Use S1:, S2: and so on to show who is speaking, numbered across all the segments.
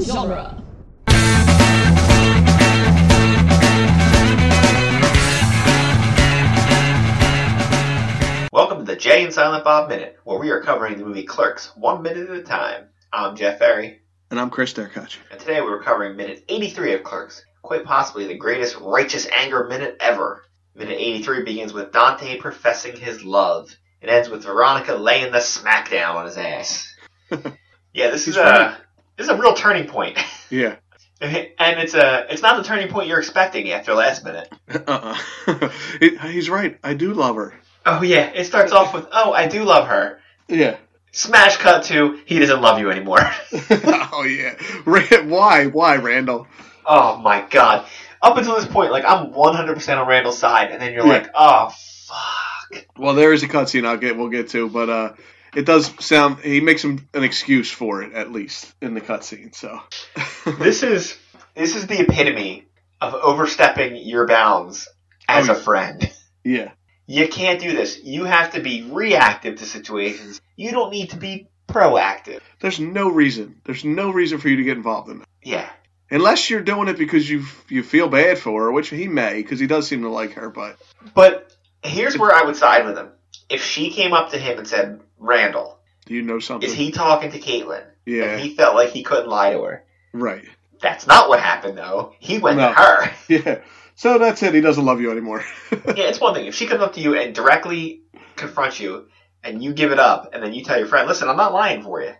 S1: genre.
S2: Welcome to the Jay and Silent Bob Minute, where we are covering the movie Clerks one minute at a time. I'm Jeff Ferry,
S3: And I'm Chris Derkach.
S2: and today we're covering minute 83 of Clerks, quite possibly the greatest righteous anger minute ever. Minute 83 begins with Dante professing his love. It ends with Veronica laying the smackdown on his ass. yeah, this is
S3: He's right.
S2: a this is a real turning point,
S3: Yeah.
S2: and it's a it's not the turning point you're expecting after last minute.
S3: Uh-uh. He- he's right. I do love her.
S2: Oh yeah, it starts off with oh I do love her.
S3: Yeah.
S2: Smash cut to he doesn't love you anymore.
S3: oh, yeah. Ra- Why? Why, Randall?
S2: Oh my god. Up until this point, like I'm 100% on Randall's side, and then you're
S3: Yeah.
S2: like, oh fuck.
S3: Well, there is a cutscene I'll get. We'll get to, but uh, it does sound. He makes him an excuse for it at least in the cutscene. So.
S2: This is this is the epitome of overstepping your bounds as
S3: Oh,
S2: a friend.
S3: yeah.
S2: You can't do this. You have to be reactive to situations. You don't need to be proactive.
S3: There's no reason. There's no reason for you to get involved in that.
S2: Yeah.
S3: Unless you're doing it because you you feel bad for her, which he may, because he does seem to like her. But
S2: But here's where I would side with him. If she came up to him and said, Randall,
S3: do you know something?
S2: is he talking to Caitlin?
S3: yeah,
S2: And he felt like he couldn't lie to her.
S3: right.
S2: That's not what happened, though. He went
S3: No.
S2: to her.
S3: Yeah. So that's it. He doesn't love you anymore.
S2: Yeah, it's one thing. If she comes up to you and directly confronts you, and you give it up, and then you tell your friend, "Listen, I'm not lying for you."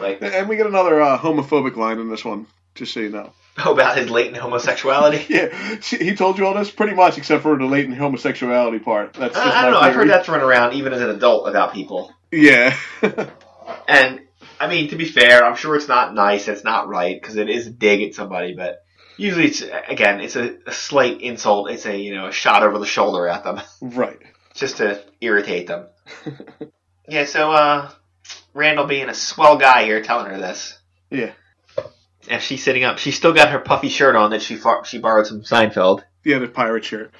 S2: Like,
S3: And we get another uh, homophobic line in this one, just so you know.
S2: oh, about his latent homosexuality.
S3: Yeah, she, he told you all this pretty much, except for the latent homosexuality part. That's just
S2: I, I don't know.
S3: my
S2: I've heard
S3: theory.
S2: that's run around even as an adult about people.
S3: Yeah,
S2: And I mean, to be fair, I'm sure it's not nice. It's not right because it is a dig at somebody. But usually, it's again, it's a, a slight insult. It's a you know a shot over the shoulder at them
S3: right.
S2: just to irritate them. yeah. So uh, Randall being a swell guy here, telling her this.
S3: Yeah,
S2: And she's sitting up. She's still got her puffy shirt on that she far- she borrowed from Seinfeld.
S3: yeah, the pirate shirt.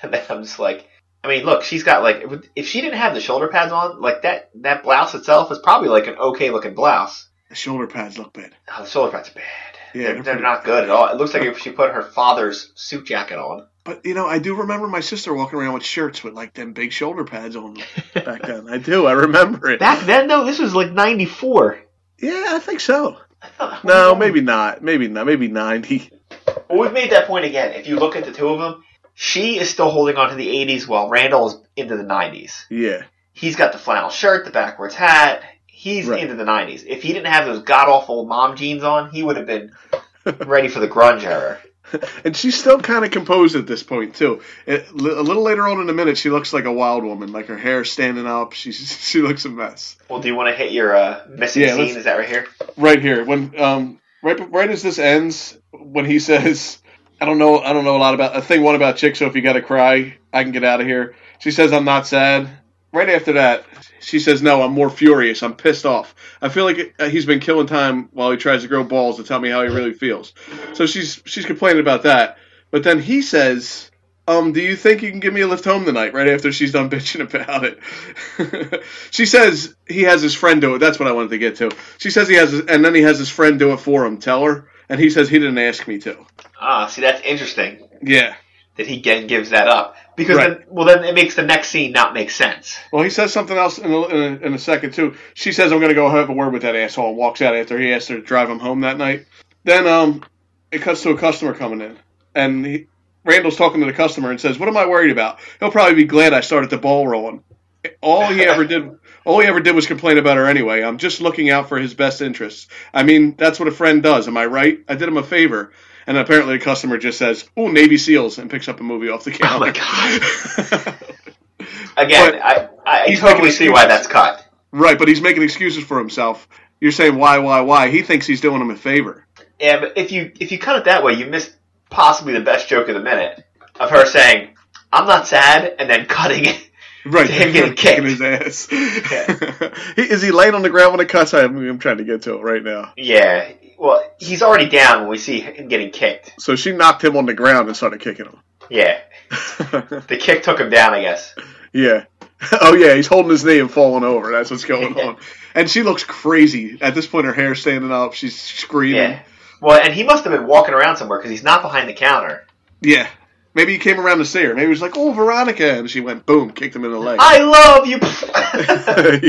S2: And then I'm just like, I mean, look, she's got like, if she didn't have the shoulder pads on, like that that blouse itself is probably like an okay looking blouse.
S3: The shoulder pads look bad.
S2: Oh, the shoulder pads are bad.
S3: Yeah,
S2: they're,
S3: they're
S2: they're
S3: pretty-
S2: not good at all. It looks like if she put her father's suit jacket on.
S3: But you know, I do remember my sister walking around with shirts with like them big shoulder pads on them back then. I do. I remember it.
S2: Back then, though, this was like '94.
S3: yeah, I think so. No, maybe not. Maybe not. Maybe ninety.
S2: Well, we've made that point again. If you look at the two of them, she is still holding on to the '80s, while Randall is into the '90s.
S3: Yeah,
S2: he's got the flannel shirt, the backwards hat. He's
S3: Right.
S2: into the '90s. If he didn't have those god awful mom jeans on, he would have been ready for the grunge era.
S3: and she's still kind of composed at this point too. It, li- a little later on in the minute, she looks like a wild woman, like her hair standing up. She she looks a mess.
S2: Well, do you want to hit your uh, missing
S3: Yeah,
S2: scene?
S3: let's-
S2: Is that right here?
S3: right here when um right right as this ends when he says i don't know i don't know a lot about a thing one about chicks so if you gotta cry i can get out of here she says i'm not sad right after that she says no i'm more furious i'm pissed off i feel like uh, he's been killing time while he tries to grow balls to tell me how he really feels so she's she's complaining about that but then he says um, do you think you can give me a lift home tonight? Right after she's done bitching about it, she says he has his friend do it. That's what I wanted to get to. She says he has, his, and then he has his friend do it for him. Tell her, and he says he didn't ask me to.
S2: Ah, see, that's interesting
S3: Yeah.
S2: that he again gives that up because
S3: Right.
S2: then, well, then it makes the next scene not make sense.
S3: Well, he says something else in a, in a, in a second too. She says I'm gonna go have a word with that asshole and walks out after he asked her to drive him home that night. Then um, it cuts to a customer coming in, and he, Randall's talking to the customer and says, "What am I worried about? He'll probably be glad I started the ball rolling." All he ever did, all he ever did was complain about her anyway. I'm just looking out for his best interests. I mean, that's what a friend does. Am I right? I did him a favor. And apparently, the customer just says, "Oh, Navy SEAls," and picks up a movie off the
S2: Oh my
S3: counter.
S2: Again,
S3: But
S2: I I, I
S3: he's
S2: totally
S3: making
S2: see why that's
S3: excuses.
S2: cut.
S3: Right, but he's making excuses for himself. You're saying why, why, why? He thinks he's doing him a favor.
S2: Yeah, but if you if you cut it that way, you missed possibly the best joke of the minute of her saying, "I'm not sad," and then cutting it.
S3: Right,
S2: Him getting kicked.
S3: his ass. He- Is he laying on the ground when it cuts? I'm, I'm trying to get to it right now.
S2: Yeah. Well, he's already down when we see him getting kicked.
S3: So she knocked him on the ground and started kicking
S2: Yeah.
S3: him.
S2: The kick took him down, I guess.
S3: yeah, Oh yeah, he's holding his knee and falling over. That's what's going on. And she looks crazy at this point. Her hair's standing up. She's screaming.
S2: Yeah. Well, and he must have been walking around somewhere because he's not behind the counter.
S3: Yeah. Maybe he came around to see her. Maybe he was like, "Oh, Veronica," and she went boom, kicked him in the leg.
S2: I love you.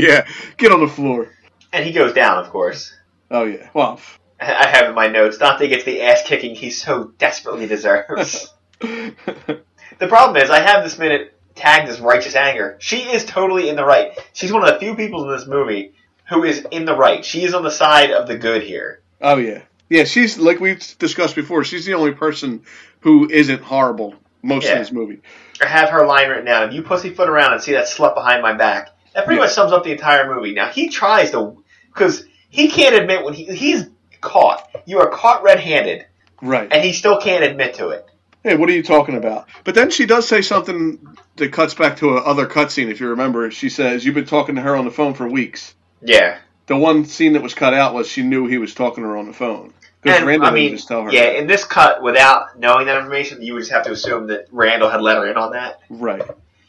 S3: yeah, get on the floor.
S2: and he goes down, of course.
S3: Oh yeah. Well, pff.
S2: I have in my notes. Dante gets the ass kicking he so desperately deserves. the problem is, I have this minute tagged as righteous anger. She is totally in the right. She's one of the few people in this movie who is in the right. She is on the side of the good here.
S3: oh yeah. Yeah, she's like we've discussed before. She's the only person who isn't horrible most
S2: Yeah.
S3: of this movie.
S2: I have her line written down. If you pussyfoot around and see that slut behind my back, that pretty
S3: Yeah.
S2: much sums up the entire movie. Now he tries to, because he can't admit when he, he's caught. You are caught red-handed,
S3: Right.
S2: and he still can't admit to it.
S3: Hey, what are you talking about? But then she does say something that cuts back to a other cutscene. If you remember, she says you've been talking to her on the phone for weeks.
S2: Yeah,
S3: The one scene that was cut out was she knew he was talking to her on the phone because
S2: And,
S3: Randall
S2: I mean,
S3: didn't just tell her.
S2: yeah, in this cut, without knowing that information, you would just have to assume that Randall had let her in on that.
S3: Right.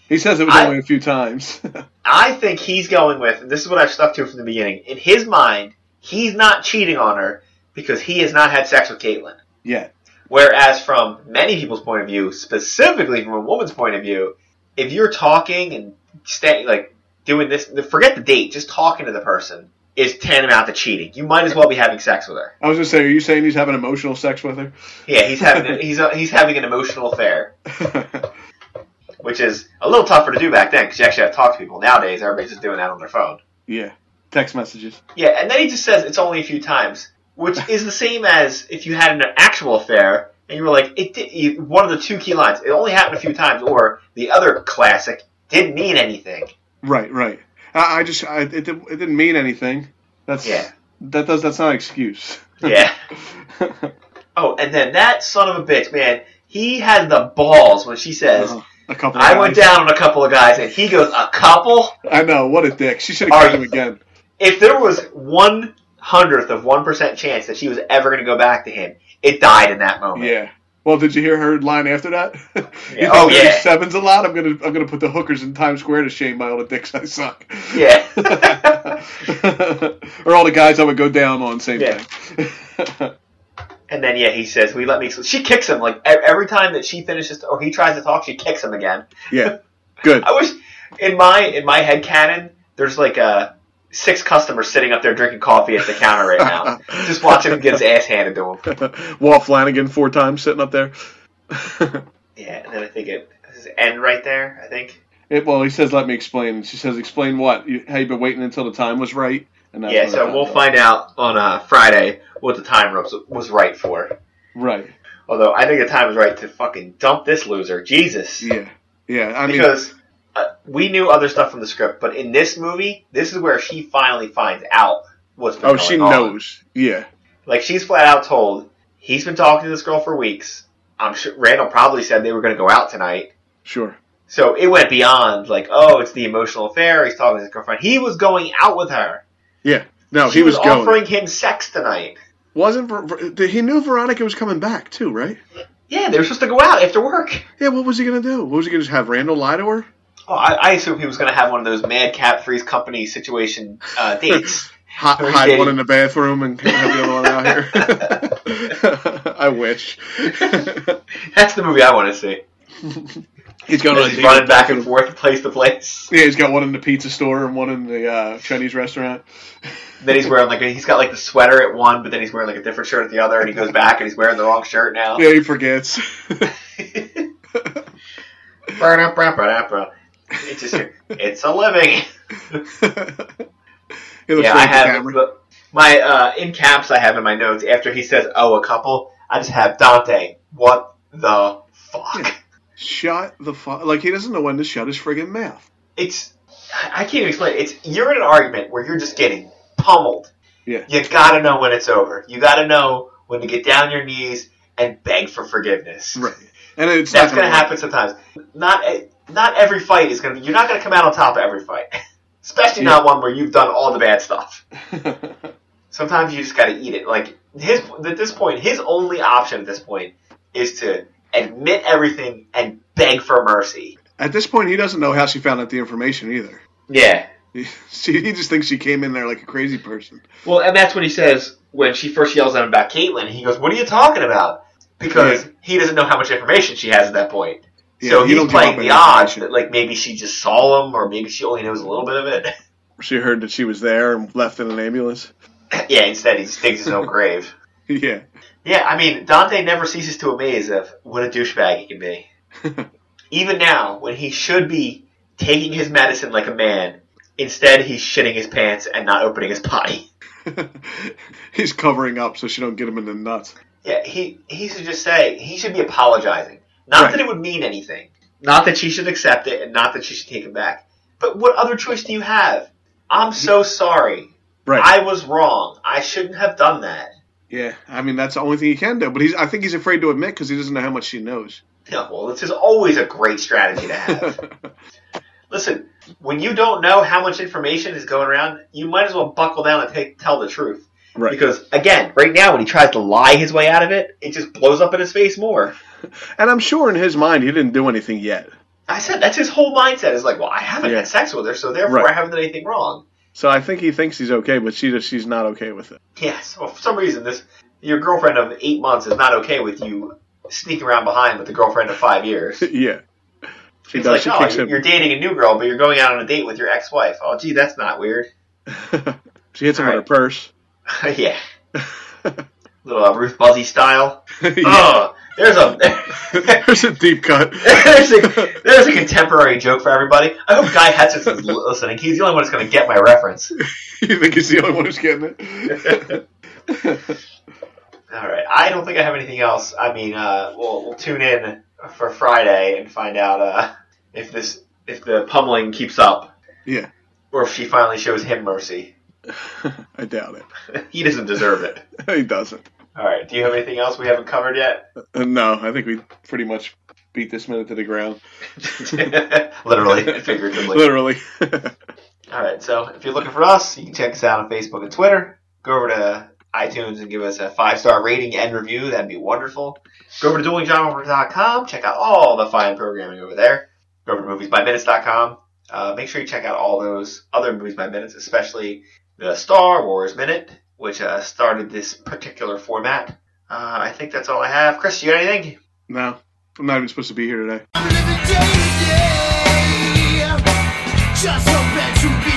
S3: He says it was
S2: I-
S3: only a few times.
S2: I think he's going with, and this is what I've stuck to from the beginning. In his mind, he's not cheating on her because he has not had sex with Caitlin.
S3: yeah.
S2: Whereas, from many people's point of view, specifically from a woman's point of view, if you're talking and staying, like, doing this, forget the date, just talking to the person is tantamount to cheating. You might as well be having sex with her.
S3: I was gonna say, are you saying he's having emotional sex with her?
S2: Yeah, he's having, he's, he's having an emotional affair.
S3: yeah,
S2: which is a little tougher to do back then because you actually have to talk to people. Nowadays, everybody's just doing that on their phone.
S3: text messages.
S2: Yeah, and then he just says it's only a few times, which is the same as if you had an actual affair and you were like, it did, you, one of the two key lines, it only happened a few times, or the other classic, didn't mean anything.
S3: Right, right. I, I just, I, it, did- it didn't mean anything. That's
S2: Yeah.
S3: That does that's not an excuse.
S2: Yeah. oh, and then that son of a bitch, man, he has the balls when she says,
S3: a couple. Of
S2: I went
S3: guys.
S2: down on a couple of guys, and he goes, a couple?
S3: I know what a dick. She should
S2: Are
S3: have killed him
S2: you-
S3: again.
S2: if there was one hundredth of one percent chance that she was ever going to go back to him, it died in that moment.
S3: Yeah. Well, did you hear her line after that? You think
S2: Oh, yeah.
S3: 37's a lot. I'm gonna I'm gonna put the hookers in Times Square to shame by all the dicks I suck.
S2: Yeah.
S3: or all the guys I would go down on. Same
S2: Yeah.
S3: thing.
S2: And then yeah, he says, "We let me." She kicks him like e- every time that she finishes or he tries to talk, she kicks him again.
S3: yeah. Good.
S2: I wish in my in my head canon, there's like a six customers sitting up there drinking coffee at the counter right now, just watching him get his ass handed to him.
S3: Walt Flanagan four times sitting up there.
S2: Yeah, and then I think it does it end right there. I think.
S3: It, well, he says, "Let me explain." And she says, "Explain what? You, how you been waiting until the time was right?" And
S2: yeah,
S3: when it
S2: so we'll
S3: happened.
S2: find out on uh, Friday what the time was was right for.
S3: Right.
S2: Although I think the time is right to fucking dump this loser, Jesus,
S3: Yeah. Yeah. I mean,
S2: because uh, we knew other stuff from the script, but in this movie, this is where she finally finds out what's been
S3: oh,
S2: going
S3: she
S2: on.
S3: knows. Yeah.
S2: Like she's flat out told he's been talking to this girl for weeks. I'm sure Randall probably said they were going to go out tonight.
S3: Sure.
S2: So it went beyond like, oh, it's the emotional affair. He's talking to his girlfriend. He was going out with her.
S3: Yeah. No,
S2: she
S3: he was, going.
S2: offering him sex tonight.
S3: Wasn't Ver- Ver- did- he knew Veronica was coming back too, right?
S2: Yeah, they were supposed to go out after work.
S3: Yeah. What was he gonna do? What was he gonna just have Randall lie to her?
S2: Oh, I, I assume he was going to have one of those madcap freeze company situation uh, dates.
S3: Hi-
S2: Or he
S3: hide
S2: did.
S3: one in the bathroom and have the other one out here. I wish.
S2: That's the movie I want to see.
S3: he's got
S2: He's running back and forth, place to place.
S3: Yeah, he's got one in the pizza store and one in the uh, Chinese restaurant.
S2: Then he's wearing like a, he's got like the sweater at one, but then he's wearing like a different shirt at the other, and he goes back and he's wearing the wrong shirt now.
S3: Yeah, he forgets.
S2: it's just it's a living.
S3: he looks
S2: yeah,
S3: right
S2: I
S3: at the
S2: have
S3: camera.
S2: but my uh, in caps. I have in my notes after he says, "Oh, a couple." I just have Dante. What the fuck?
S3: Shut the fuck! Like he doesn't know when to shut his friggin' mouth.
S2: it's I I can't even explain. It. It's you're in an argument where you're just getting pummeled.
S3: Yeah.
S2: You gotta know when it's over. You gotta know when to get down on your knees and beg for forgiveness.
S3: Right, and it's
S2: That's
S3: not gonna
S2: gonna happen sometimes. Not e- not every fight is gonna. be You're not gonna come out on top of every fight, especially
S3: Yeah.
S2: not one where you've done all the bad stuff.
S3: happen.
S2: Sometimes you just gotta eat it. Like his at this point, his only option at this point is to admit everything and beg for mercy.
S3: At this point, he doesn't know how she found out the information either.
S2: Yeah.
S3: She, he just thinks she came in there like a crazy person.
S2: Well, and that's what he says when she first yells at him about Caitlin. He goes, "What are you talking about?" Because he doesn't know how much information she has at that point.
S3: Yeah,
S2: so
S3: you
S2: he's
S3: don't give up
S2: playing
S3: any
S2: the odds
S3: information.
S2: that like maybe she just saw him, or maybe she only knows a little bit of it.
S3: She heard that she was there and left in an ambulance.
S2: yeah. Instead, he just digs his own grave.
S3: yeah.
S2: Yeah, I mean, Dante never ceases to amaze of what a douchebag he can be. Even now, when he should be taking his medicine like a man, instead he's shitting his pants and not opening his potty.
S3: He's covering up so she don't get him in the nuts.
S2: Yeah, he he should just say he should be apologizing. Not
S3: Right.
S2: that it would mean anything. Not that she should accept it, and not that she should take him back. But what other choice do you have? I'm so sorry.
S3: Right.
S2: I was wrong. I shouldn't have done that.
S3: yeah. I mean, that's the only thing he can do. But he's, I think he's afraid to admit because he doesn't know how much she knows.
S2: No, well, this is always a great strategy to have. Listen, when you don't know how much information is going around, you might as well buckle down and take, tell the truth.
S3: right.
S2: Because again, right now when he tries to lie his way out of it, it just blows up in his face more.
S3: And I'm sure in his mind he didn't do anything yet.
S2: I said that's his whole mindset is like, well, I haven't
S3: Yeah.
S2: had sex with her, so therefore
S3: Right.
S2: I haven't done anything wrong.
S3: So I think he thinks he's okay, but she just, she's not okay with it.
S2: Yes. Well, for some reason, this your girlfriend of eight months is not okay with you sneaking around behind with the girlfriend of five years.
S3: yeah. She
S2: It's
S3: does.
S2: like,
S3: she
S2: oh,
S3: kicks
S2: you're,
S3: him.
S2: dating a new girl, but you're going out on a date with your ex-wife. Oh, gee, that's not weird.
S3: she hits him
S2: All
S3: with her purse.
S2: yeah, little uh, Ruth Buzzy style.
S3: Yeah.
S2: Oh, there's a
S3: There's a deep cut.
S2: there's a there's a contemporary joke for everybody. I hope Guy Hutchinson's li- listening. He's the only one that's going to get my reference.
S3: you think he's the only one who's getting it?
S2: All right, I don't think I have anything else. I mean, uh, we'll we'll tune in for Friday and find out uh, if this if the pummeling keeps up
S3: yeah.
S2: or if she finally shows him mercy.
S3: I doubt it.
S2: he doesn't deserve it.
S3: He doesn't.
S2: All right, do you have anything else we haven't covered yet?
S3: Uh, No, I think we pretty much beat this minute to the ground.
S2: Literally, figuratively.
S3: Literally.
S2: All right, so if you're looking for us, you can check us out on Facebook and Twitter. Go over to iTunes and give us a five star rating and review. That'd be wonderful. Go over to duelinggenre.com. Check out all the fine programming over there. Go over to moviesbyminutes.com. Uh, make sure you check out all those other movies by minutes, especially the Star Wars Minute, which uh, started this particular format. Uh, I think that's all I have. Chris, you got anything?
S3: no, I'm not even supposed to be here today.
S1: Just so bad to be